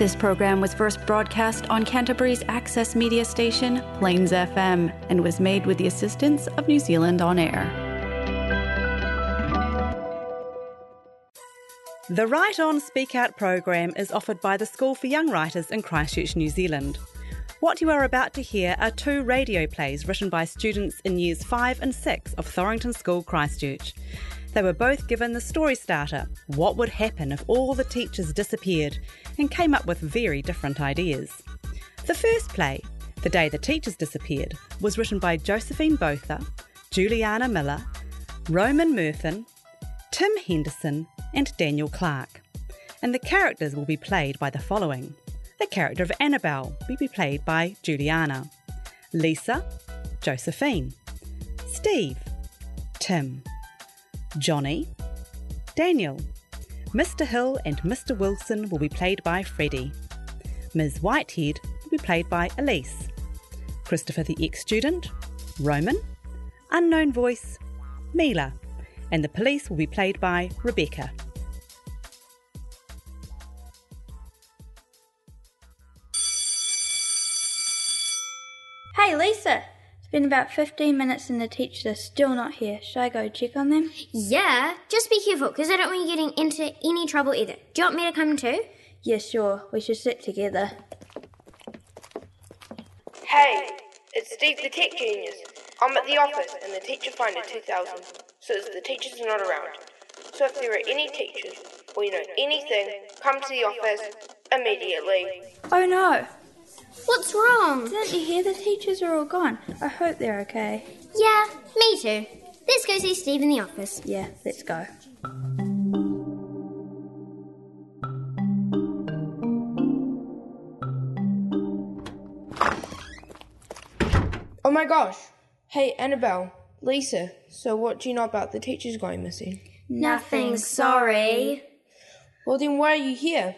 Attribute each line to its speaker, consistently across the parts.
Speaker 1: This program was first broadcast on Canterbury's access media station, Plains FM, and was made with the assistance of New Zealand On Air.
Speaker 2: The Write On Speak Out program is offered by the School for Young Writers in Christchurch, New Zealand. What you are about to hear are two radio plays written by students in years 5 and 6 of Thorington School, Christchurch. They were both given the story starter What Would Happen If All the Teachers Disappeared? and came up with very different ideas. The first play, The Day the Teachers Disappeared, was written by Josephine Botha, Juliana Miller, Roman Murfin, Tim Henderson, and Daniel Clark. And the characters will be played by the following. The character of Annabelle will be played by Juliana, Lisa, Josephine, Steve, Tim, Johnny, Daniel. Mr. Hill and Mr. Wilson will be played by Freddie. Ms. Whitehead will be played by Elise. Christopher the ex student, Roman, Unknown Voice, Mila, and the police will be played by Rebecca.
Speaker 3: Hey, Lisa! It's been about 15 minutes and the teachers are still not here. Should I go check on them?
Speaker 4: Yeah, just be careful because I don't want you getting into any trouble either. Do you want me to come too?
Speaker 3: Yeah, sure. We should sit together.
Speaker 5: Hey, it's Steve the Tech Genius. I'm at the office and the Teacher Finder 2000 says the teachers are not around. So if there are any teachers or you know anything, come to the office immediately.
Speaker 3: Oh no!
Speaker 4: What's wrong?
Speaker 3: Didn't you hear the teachers are all gone? I hope they're okay.
Speaker 4: Yeah, me too. Let's go see Steve in the office.
Speaker 3: Yeah, let's go.
Speaker 5: Oh my gosh. Hey, Annabelle, Lisa, so what do you know about the teachers going missing?
Speaker 4: Nothing, sorry.
Speaker 5: Well, then why are you here?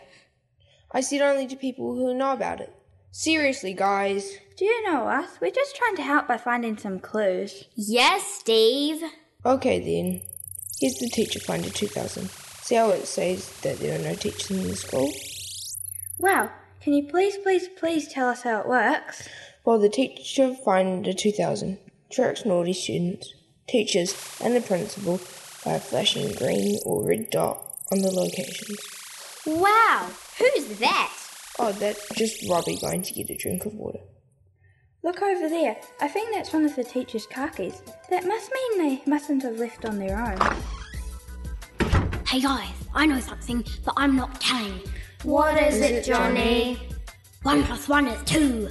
Speaker 5: I said only to people who know about it. Seriously, guys.
Speaker 3: Do you know us? We're just trying to help by finding some clues.
Speaker 4: Yes, Steve.
Speaker 5: Okay, then. Here's the Teacher Finder 2000. See how it says that there are no teachers in the school?
Speaker 3: Wow, can you please, please, please tell us how it works?
Speaker 5: Well, the Teacher Finder 2000 tracks naughty students, teachers, and the principal by a flashing green or red dot on the locations.
Speaker 4: Wow, who's that?
Speaker 5: Oh, that's just Robbie going to get a drink of water.
Speaker 3: Look over there. I think that's one of the teachers' khakis. That must mean they mustn't have left on their own.
Speaker 4: Hey guys, I know something, but I'm not telling. What is it, Johnny? One plus one is two.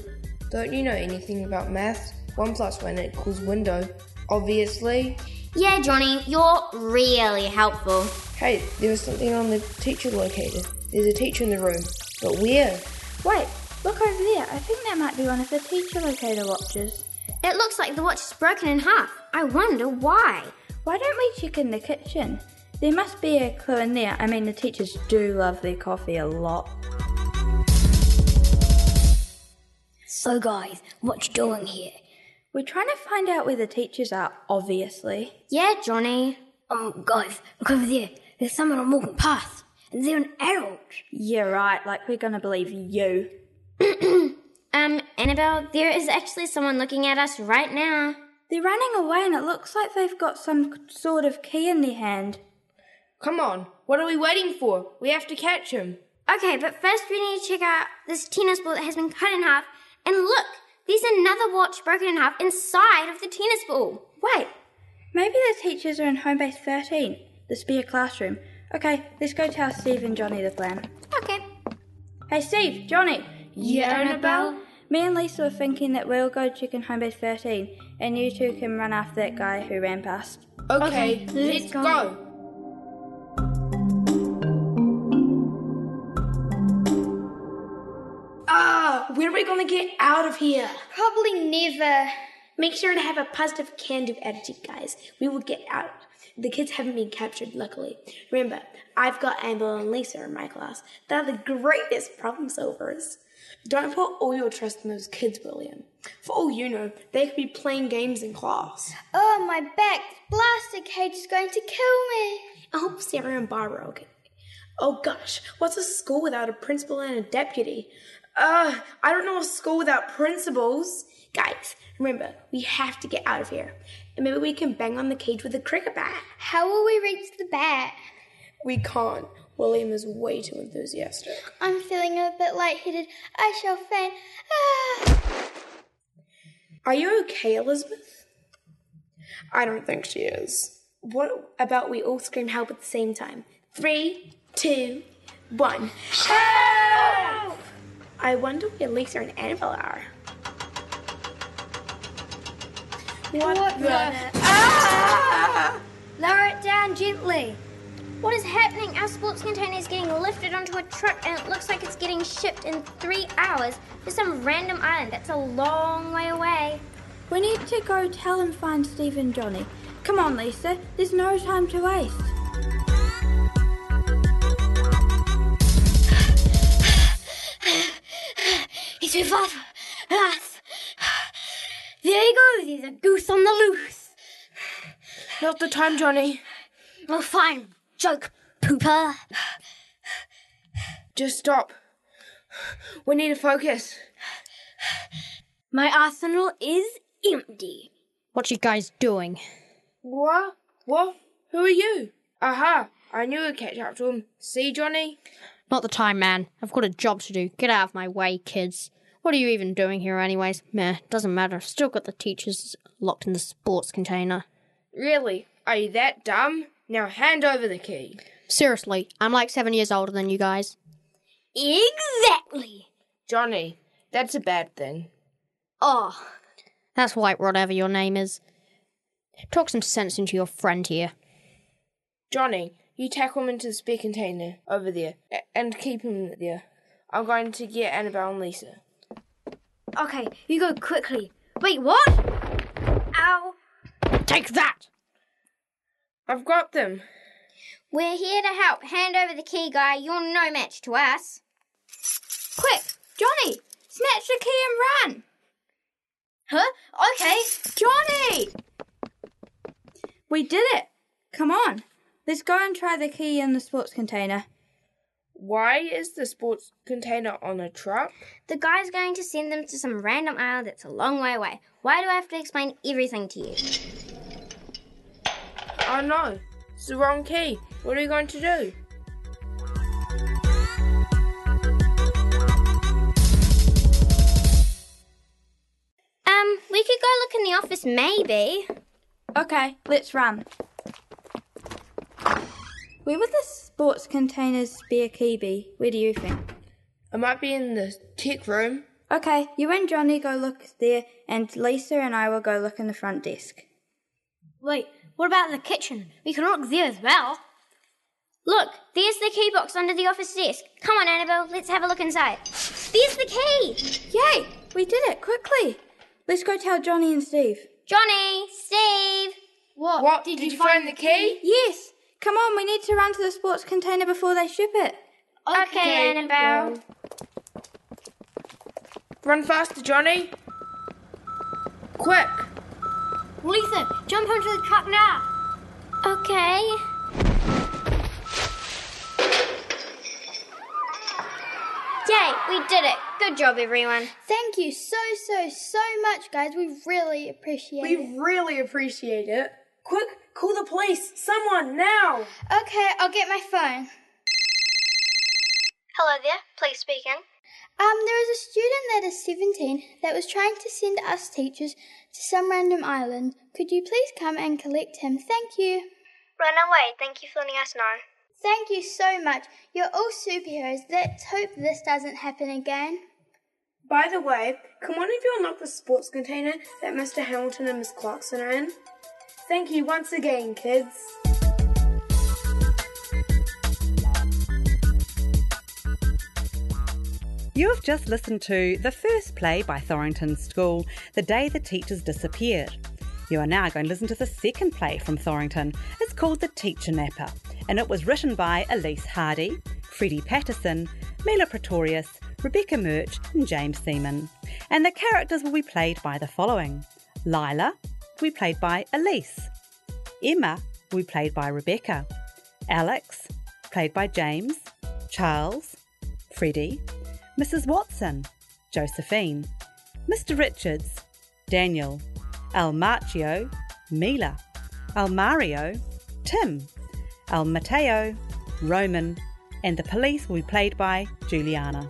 Speaker 5: Don't you know anything about maths? 1 plus 1 equals window. Obviously.
Speaker 4: Yeah, Johnny, you're really helpful.
Speaker 5: Hey, there was something on the teacher locator. There's a teacher in the room. But where?
Speaker 3: Wait, look over there. I think that might be one of the teacher locator watches.
Speaker 4: It looks like the watch is broken in half. I wonder why.
Speaker 3: Why don't we check in the kitchen? There must be a clue in there. I mean, the teachers do love their coffee a lot.
Speaker 4: So, guys, what you doing here?
Speaker 3: We're trying to find out where the teachers are, obviously.
Speaker 4: Yeah, Johnny. Um, guys, look over there. There's someone walking past. And they're an adult.
Speaker 3: Yeah, right, like we're gonna believe you.
Speaker 4: Um, Annabelle, there is actually someone looking at us right now.
Speaker 3: They're running away and it looks like they've got some sort of key in their hand.
Speaker 5: Come on, what are we waiting for? We have to catch him.
Speaker 4: Okay, but first we need to check out this tennis ball that has been cut in half. And look, there's another watch broken in half inside of the tennis ball.
Speaker 3: Wait, maybe the teachers are in home base 13, the spare classroom. Okay, let's go tell Steve and Johnny the plan.
Speaker 4: Okay.
Speaker 3: Hey, Steve, Johnny.
Speaker 5: Yeah, Annabelle?
Speaker 3: Me and Lisa were thinking that we'll go check in home base 13, and you two can run after that guy who ran past.
Speaker 5: Okay,
Speaker 4: let's
Speaker 5: let's
Speaker 4: go.
Speaker 5: go.
Speaker 6: Ah, when are we gonna get out of here?
Speaker 7: Probably never.
Speaker 6: Make sure to have a positive can do attitude, guys. We will get out. The kids haven't been captured, luckily. Remember, I've got Amber and Lisa in my class. They're the greatest problem solvers. Don't put all your trust in those kids, William. For all you know, they could be playing games in class.
Speaker 7: Oh, my back. Blaster cage is going to kill me.
Speaker 6: I hope Sarah and Barbara are okay. Oh gosh, what's a school without a principal and a deputy? Uh, I don't know a school without principals. Guys, remember, we have to get out of here. And maybe we can bang on the cage with a cricket bat.
Speaker 4: How will we reach the bat?
Speaker 6: We can't. William is way too enthusiastic.
Speaker 4: I'm feeling a bit lightheaded. I shall faint. Ah!
Speaker 6: Are you okay, Elizabeth? I don't think she is. What about we all scream help at the same time? Three, two, one. Help! I wonder where Lisa and Annabelle are. What,
Speaker 4: Lower it down gently. What is happening? Our sports container is getting lifted onto a truck and it looks like it's getting shipped in three hours to some random island that's a long way away.
Speaker 3: We need to go tell and find Steve and Johnny. Come on, Lisa. There's no time to waste.
Speaker 4: He's with us. us. There he goes. He's a goose on the loose.
Speaker 6: Not the time, Johnny.
Speaker 4: Well, fine. Joke, pooper.
Speaker 5: Just stop. We need to focus.
Speaker 4: My arsenal is empty.
Speaker 7: What you guys doing?
Speaker 5: What? What? Who are you? Aha! I knew I'd catch up to him. See, Johnny?
Speaker 7: Not the time, man. I've got a job to do. Get out of my way, kids. What are you even doing here, anyways? Meh, doesn't matter. I've still got the teachers locked in the sports container.
Speaker 5: Really? Are you that dumb? Now hand over the key.
Speaker 7: Seriously, I'm like seven years older than you guys.
Speaker 4: Exactly.
Speaker 5: Johnny, that's a bad thing.
Speaker 4: Oh,
Speaker 7: That's white, whatever your name is. Talk some sense into your friend here.
Speaker 5: Johnny, you tackle him into the spare container over there a- and keep him there. I'm going to get Annabelle and Lisa.
Speaker 4: okay. You go quickly. Wait, what? Ow.
Speaker 7: Take that!
Speaker 5: I've got them.
Speaker 4: We're here to help. Hand over the key, guy. You're no match to us. Quick, Johnny, snatch the key and run. Huh? Okay, Johnny.
Speaker 3: We did it. Come on. Let's go and try the key in the sports container.
Speaker 5: Why is the sports container on a truck?
Speaker 4: The guy's going to send them to some random island that's a long way away. Why do I have to explain everything to you?
Speaker 5: Oh no, it's the wrong key. What are you going to do?
Speaker 4: Um, we could go look in the office, maybe.
Speaker 3: Okay, let's run. Where would the sports container's spare key be? Where do you think?
Speaker 5: It might be in the tech room.
Speaker 3: Okay, you and Johnny go look there, and Lisa and I will go look in the front desk.
Speaker 4: Wait, what about in the kitchen? We can look there as well. Look, there's the key box under the office desk. Come on, Annabelle, let's have a look inside. There's the key!
Speaker 3: Yay! We did it quickly! Let's go tell Johnny and Steve.
Speaker 4: Johnny, Steve! What?
Speaker 5: What? Did, you find the key?
Speaker 3: Yes! Come on, we need to run to the sports container before they ship it.
Speaker 4: Okay, Annabelle.
Speaker 5: Run faster, Johnny. Quick.
Speaker 4: Lisa, jump onto the truck now. Okay. Yay, we did it. Good job, everyone.
Speaker 8: Thank you so, so, so much, guys. We really appreciate it.
Speaker 6: We really appreciate it.
Speaker 2: Quick, call the police! Someone now!
Speaker 8: Okay, I'll get my phone.
Speaker 4: Hello there, please speak in.
Speaker 8: Um, there is a student that is 17 that was trying to send us teachers to some random island. Could you please come and collect him? Thank you.
Speaker 4: Run away, thank you for letting us know.
Speaker 8: Thank you so much. You're all superheroes. Let's hope this doesn't happen again.
Speaker 6: By the way, can one of you unlock the sports container that Mr. Hamilton and Miss Clarkson are in? Thank you once again, kids.
Speaker 2: You have just listened to the first play by Thorrington School, The Day the Teachers Disappeared. You are now going to listen to the second play from Thorrington. It's called The Teacher Napper, and it was written by Elise Hardy, Freddie Patterson, Mila Pretorius, Rebecca Murch, and James Seaman. And the characters will be played by the following Lila will be played by Elise, Emma will be played by Rebecca, Alex, played by James, Charles, Freddie, Mrs. Watson, Josephine, Mr. Richards, Daniel, Almarchio, Mila, Almario, Tim, El Mateo, Roman, and the police will be played by Juliana.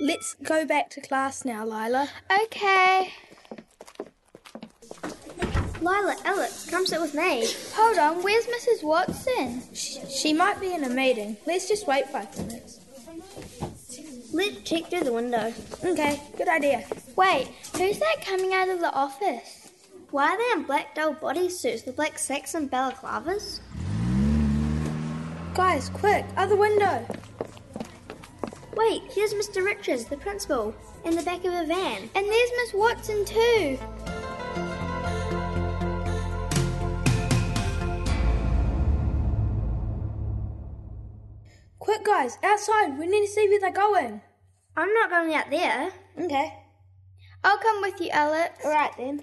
Speaker 3: Let's go back to class now, Lila.
Speaker 5: Okay.
Speaker 4: Lila Ellis come sit with me.
Speaker 5: Hold on, where's Mrs. Watson?
Speaker 3: She, she might be in a meeting. Let's just wait five minutes.
Speaker 4: Let's check through the window.
Speaker 3: Okay, good idea.
Speaker 5: Wait, who's that coming out of the office?
Speaker 4: Why are they in black dull bodysuits with black sacks and balaclavas?
Speaker 3: Guys, quick, other window.
Speaker 4: Wait, here's Mr. Richards, the principal, in the back of a van.
Speaker 5: And there's Miss Watson too.
Speaker 3: Quick, guys, outside. We need to see where they're going.
Speaker 4: I'm not going out there.
Speaker 3: Okay.
Speaker 5: I'll come with you, Alex.
Speaker 3: All right then.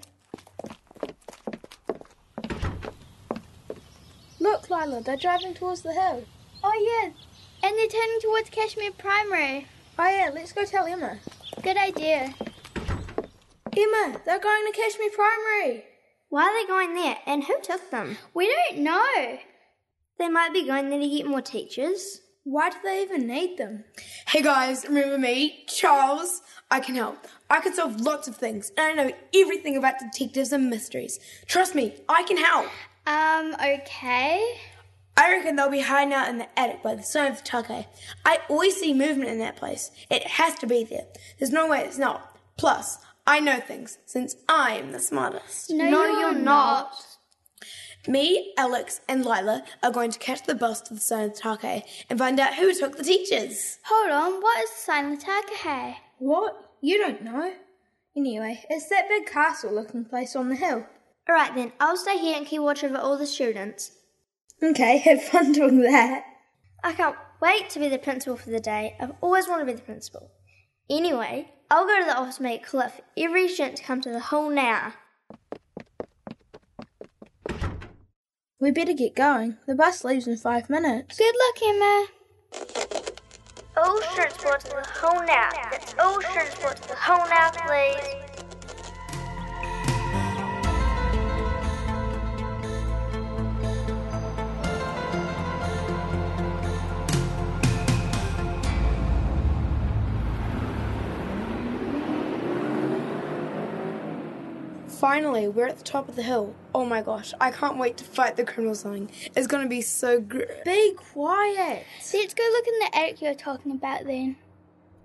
Speaker 3: Look, Lila, they're driving towards the hill.
Speaker 5: Oh, yeah. And they're turning towards Kashmir Primary.
Speaker 3: Oh yeah, let's go tell Emma.
Speaker 5: Good idea.
Speaker 3: Emma, they're going to Kashmir Primary.
Speaker 4: Why are they going there? And who took them?
Speaker 5: We don't know.
Speaker 4: They might be going there to get more teachers.
Speaker 3: Why do they even need them?
Speaker 9: Hey guys, remember me, Charles? I can help. I can solve lots of things, and I know everything about detectives and mysteries. Trust me, I can help.
Speaker 5: Um, okay.
Speaker 9: I reckon they'll be hiding out in the attic by the sign of Take. I always see movement in that place. It has to be there. There's no way it's not. Plus, I know things since I am the smartest.
Speaker 5: No,
Speaker 4: you're not.
Speaker 9: Me, Alex, and Lila are going to catch the bus to the sign of Take and find out who took the teachers.
Speaker 5: Hold on, what is the sign of Takahe?
Speaker 3: What? You don't know. Anyway, it's that big castle looking place on the hill.
Speaker 4: Alright then, I'll stay here and keep watch over all the students.
Speaker 3: Okay, have fun doing that.
Speaker 4: I can't wait to be the principal for the day. I've always wanted to be the principal. Anyway, I'll go to the office and make Cliff every student to come to the hall now.
Speaker 3: We better get going. The bus leaves in five minutes.
Speaker 5: Good luck, Emma.
Speaker 4: All students brought to the hall now. That's all students brought to the hall now, please.
Speaker 9: Finally, we're at the top of the hill. Oh my gosh, I can't wait to fight the criminals thing. It's gonna be so great.
Speaker 3: Be quiet.
Speaker 5: Let's go look in the attic you were talking about then.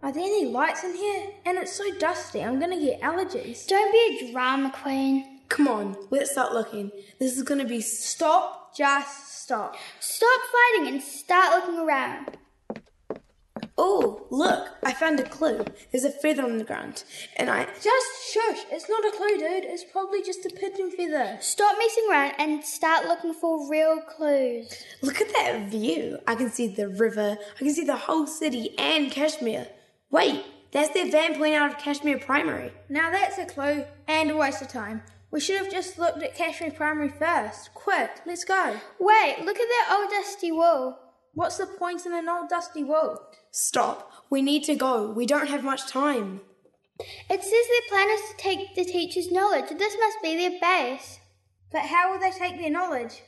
Speaker 3: Are there any lights in here? And it's so dusty. I'm gonna get allergies.
Speaker 5: Don't be a drama queen.
Speaker 9: Come on, let's start looking. This is gonna be so.
Speaker 3: Stop. Just stop.
Speaker 5: Stop fighting and start looking around.
Speaker 9: Oh, look, I found a clue. There's a feather on the ground, and I.
Speaker 3: Just shush. It's not a clue, dude. It's probably just a pigeon feather.
Speaker 5: Stop messing around and start looking for real clues.
Speaker 9: Look at that view. I can see the river, I can see the whole city and Kashmir. Wait, that's their van pulling out of Kashmir Primary.
Speaker 3: Now that's a clue and a waste of time. We should have just looked at Kashmir Primary first. Quick, let's go.
Speaker 5: Wait, look at that old dusty wall.
Speaker 3: What's the point in an old dusty wall?
Speaker 9: Stop. We need to go. We don't have much time.
Speaker 5: It says their plan is to take the teacher's knowledge. This must be their base.
Speaker 3: But how will they take their knowledge?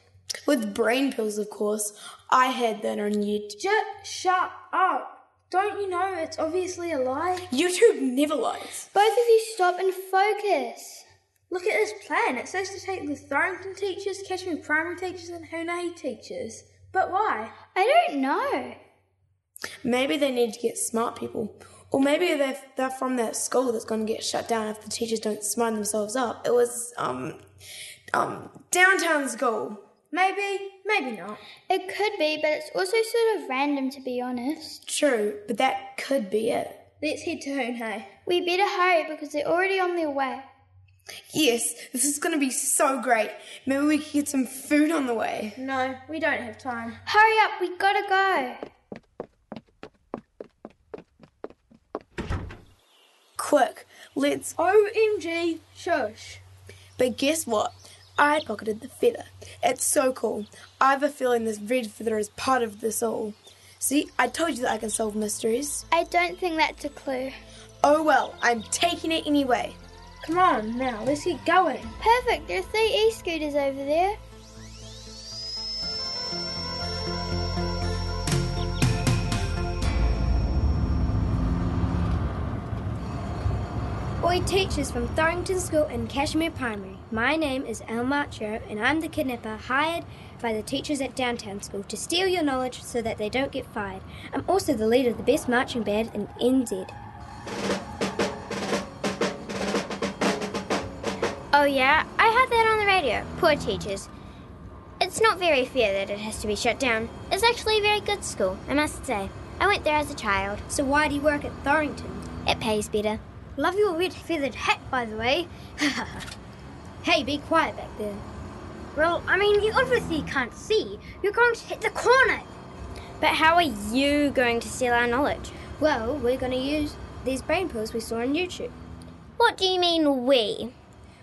Speaker 9: With brain pills, of course. I had that on YouTube.
Speaker 3: Just shut up. Don't you know it's obviously a lie?
Speaker 9: YouTube never lies.
Speaker 5: Both of you stop and focus.
Speaker 3: Look at this plan. It says to take the Thorington teachers, Kashmir primary teachers, and Hunahi teachers. But why?
Speaker 5: I don't know.
Speaker 9: Maybe they need to get smart people. Or maybe they're, they're from that school that's going to get shut down if the teachers don't smarten themselves up. It was, um, um, downtown school.
Speaker 3: Maybe, maybe not.
Speaker 5: It could be, but it's also sort of random to be honest.
Speaker 9: True, but that could be it.
Speaker 3: Let's head to Hoonhay.
Speaker 5: We better hurry because they're already on their way.
Speaker 9: Yes, this is going to be so great. Maybe we could get some food on the way.
Speaker 3: No, we don't have time.
Speaker 5: Hurry up, we gotta go. quick. Let's.
Speaker 10: OMG, shush.
Speaker 5: But guess what? I pocketed the feather. It's so cool. I've a feeling this red feather is part of this all. See, I told you that I can solve mysteries.
Speaker 3: I don't think that's a clue.
Speaker 5: Oh well, I'm taking it anyway.
Speaker 10: Come on now, let's get going.
Speaker 3: Perfect, there are three e scooters over there.
Speaker 4: Oi, teachers from Thorington School and Kashmir Primary. My name is El Macho, and I'm the kidnapper hired by the teachers at Downtown School to steal your knowledge so that they don't get fired. I'm also the leader of the best marching band in NZ.
Speaker 11: Oh, yeah, I heard that on the radio. Poor teachers. It's not very fair that it has to be shut down. It's actually a very good school, I must say. I went there as a child.
Speaker 4: So why do you work at Thorington?
Speaker 11: It pays better.
Speaker 4: Love your red feathered hat, by the way. hey, be quiet back there. Well, I mean, you obviously can't see. You're going to hit the corner.
Speaker 11: But how are you going to steal our knowledge?
Speaker 4: Well, we're going to use these brain pools we saw on YouTube.
Speaker 11: What do you mean, we?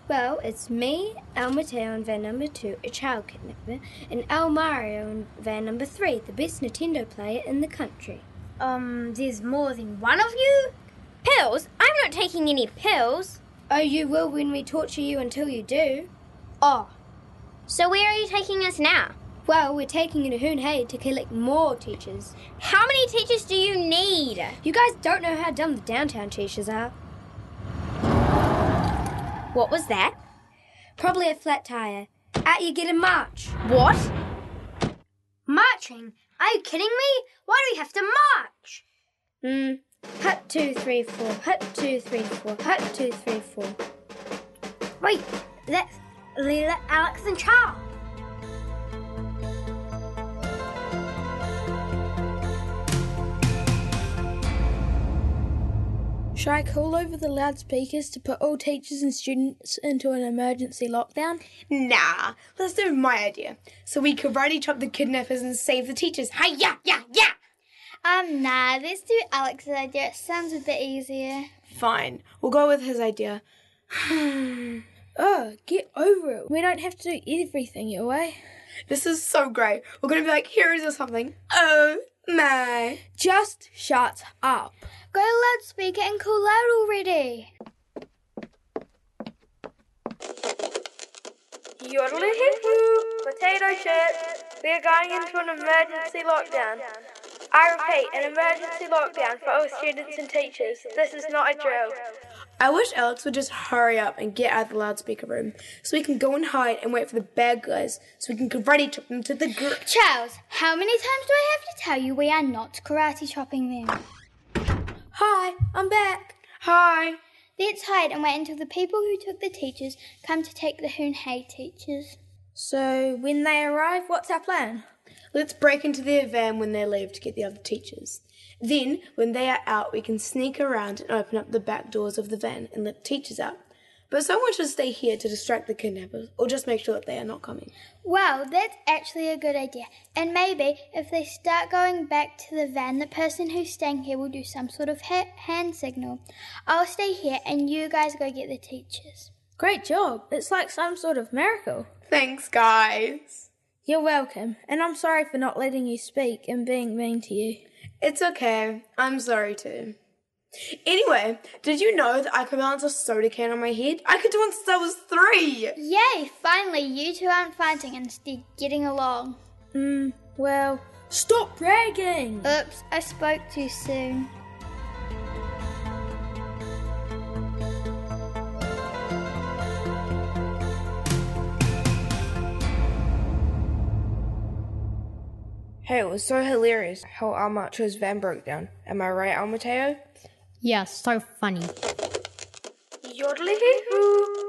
Speaker 4: Well, it's me, El Mateo in van number two, a child kidnapper, and El Mario in van number three, the best Nintendo player in the country.
Speaker 11: Um, there's more than one of you? Pills? I'm not taking any pills.
Speaker 4: Oh, you will when we torture you until you do.
Speaker 11: Oh. So where are you taking us now?
Speaker 4: Well, we're taking you to Hoon Hay to collect more teachers.
Speaker 11: How many teachers do you need?
Speaker 4: You guys don't know how dumb the downtown teachers are.
Speaker 11: What was that?
Speaker 4: Probably a flat tire. Out you get a march.
Speaker 11: What?
Speaker 4: Marching? Are you kidding me? Why do we have to march? Hmm. Hut two three four. Hut two three four. Hut two three four.
Speaker 11: Wait,
Speaker 4: that's Leela, Alex, and Charles.
Speaker 10: Should I call over the loudspeakers to put all teachers and students into an emergency lockdown?
Speaker 5: Nah, let's do my idea. So we karate chop the kidnappers and save the teachers. Hi, yeah, yeah, yeah!
Speaker 3: Um, nah, let's do Alex's idea. It sounds a bit easier.
Speaker 5: Fine, we'll go with his idea.
Speaker 10: Oh, get over it. We don't have to do everything your way.
Speaker 5: This is so great. We're gonna be like heroes or something. Oh my.
Speaker 10: Just shut up.
Speaker 3: Go loudspeaker and call out already.
Speaker 12: Yodeling potato chips. We're going into an emergency lockdown. I repeat, an emergency lockdown for all students and teachers. This is not a drill.
Speaker 5: I wish Alex would just hurry up and get out of the loudspeaker room so we can go and hide and wait for the bad guys so we can karate chop them to the group.
Speaker 3: Charles, how many times do I have to tell you we are not karate chopping them?
Speaker 5: Hi, I'm back. Hi.
Speaker 3: Let's hide and wait until the people who took the teachers come to take the Hoon Hay teachers.
Speaker 10: So, when they arrive, what's our plan?
Speaker 5: Let's break into their van when they leave to get the other teachers. Then, when they are out, we can sneak around and open up the back doors of the van and let the teachers out. But someone should stay here to distract the kidnappers or just make sure that they are not coming.
Speaker 3: Wow, Oh, that's actually a good idea. And maybe if they start going back to the van, the person who's staying here will do some sort of ha- hand signal. I'll stay here and you guys go get the teachers.
Speaker 10: Great job. It's like some sort of miracle.
Speaker 5: Thanks, guys.
Speaker 10: You're welcome, and I'm sorry for not letting you speak and being mean to you.
Speaker 5: It's okay. I'm sorry too. Anyway, did you know that I could balance a soda can on my head? I could do it since I was three.
Speaker 3: Yay, finally, you two aren't fighting and instead getting along.
Speaker 10: Hmm, well, stop bragging!
Speaker 3: Oops, I spoke too soon.
Speaker 13: Hey, it was so hilarious how El Macho's van broke down. Am I right, El Mateo?
Speaker 7: Yeah, so funny.
Speaker 12: Yodeling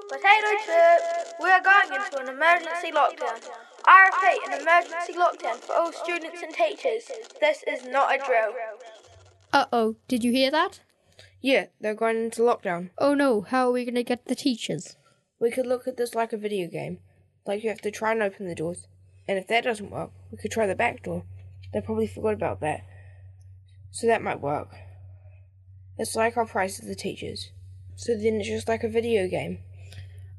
Speaker 12: potato chips. We are going into an emergency lockdown. I repeat, an emergency lockdown for all students and teachers. This is not a drill.
Speaker 7: Uh oh, did you hear that?
Speaker 13: Yeah, they're going into lockdown.
Speaker 7: Oh no, how are we gonna get the teachers?
Speaker 13: We could look at this like a video game. Like you have to try and open the doors. And if that doesn't work, we could try the back door. They probably forgot about that. So that might work. It's like our prize to the teachers.
Speaker 5: So then it's just like a video game.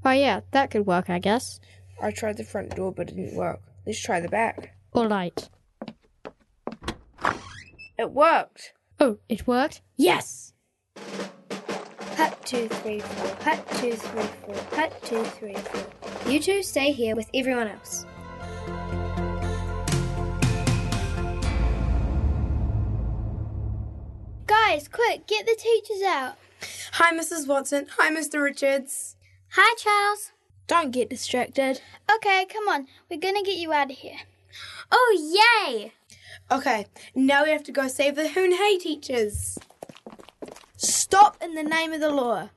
Speaker 7: Oh, yeah, that could work, I guess.
Speaker 5: I tried the front door, but it didn't work. Let's try the back.
Speaker 7: All right.
Speaker 5: It worked.
Speaker 7: Oh, it worked? Yes!
Speaker 14: Hut two three four. Hut two three four. Hut two three four. You two stay here with everyone else.
Speaker 4: Guys, quick, get the teachers out.
Speaker 9: Hi, Mrs. Watson. Hi, Mr. Richards.
Speaker 4: Hi, Charles.
Speaker 9: Don't get distracted.
Speaker 4: Okay, come on. We're gonna get you out of here.
Speaker 15: Oh, yay!
Speaker 9: Okay, now we have to go save the Hoon Hay teachers.
Speaker 16: Stop in the name of the law.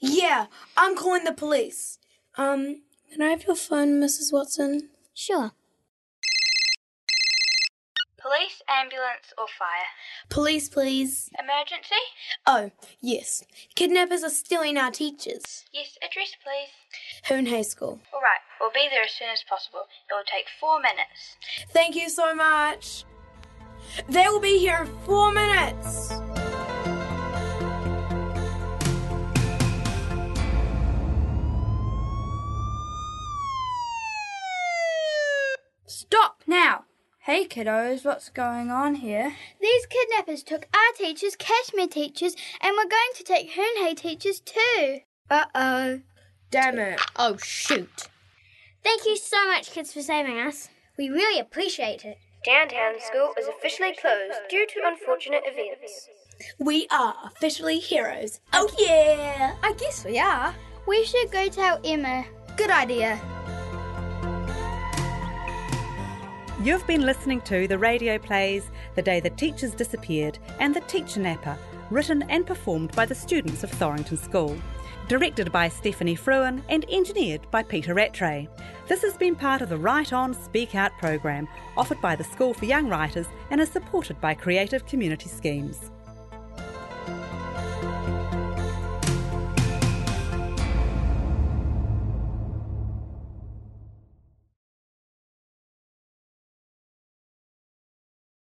Speaker 9: Yeah, I'm calling the police. Um, can I have your phone, Mrs. Watson?
Speaker 4: Sure.
Speaker 3: Police, ambulance, or fire?
Speaker 9: Police, please.
Speaker 3: Emergency?
Speaker 9: Oh, yes. Kidnappers are stealing our teachers.
Speaker 3: Yes, address, please.
Speaker 9: Hoon Hay School.
Speaker 3: All right, we'll be there as soon as possible. It will take four minutes.
Speaker 9: Thank you so much. They will be here in four minutes.
Speaker 3: Stop now! Hey kiddos, what's going on here?
Speaker 4: These kidnappers took our teachers, Kashmir teachers, and we're going to take Hoonhay teachers too.
Speaker 14: Uh oh.
Speaker 5: Damn it.
Speaker 7: Oh, shoot.
Speaker 15: Thank you so much, kids, for saving us.
Speaker 14: We really appreciate it.
Speaker 17: Downtown School is officially closed due to unfortunate events.
Speaker 9: We are officially heroes. Oh, yeah.
Speaker 14: I guess we are.
Speaker 4: We should go tell Emma.
Speaker 14: Good idea.
Speaker 2: You've been listening to the radio plays The Day the Teachers Disappeared and The Teacher Napper, written and performed by the students of Thorington School. Directed by Stephanie Fruin and engineered by Peter Rattray. This has been part of the Write On Speak Out program, offered by the School for Young Writers and is supported by Creative Community Schemes.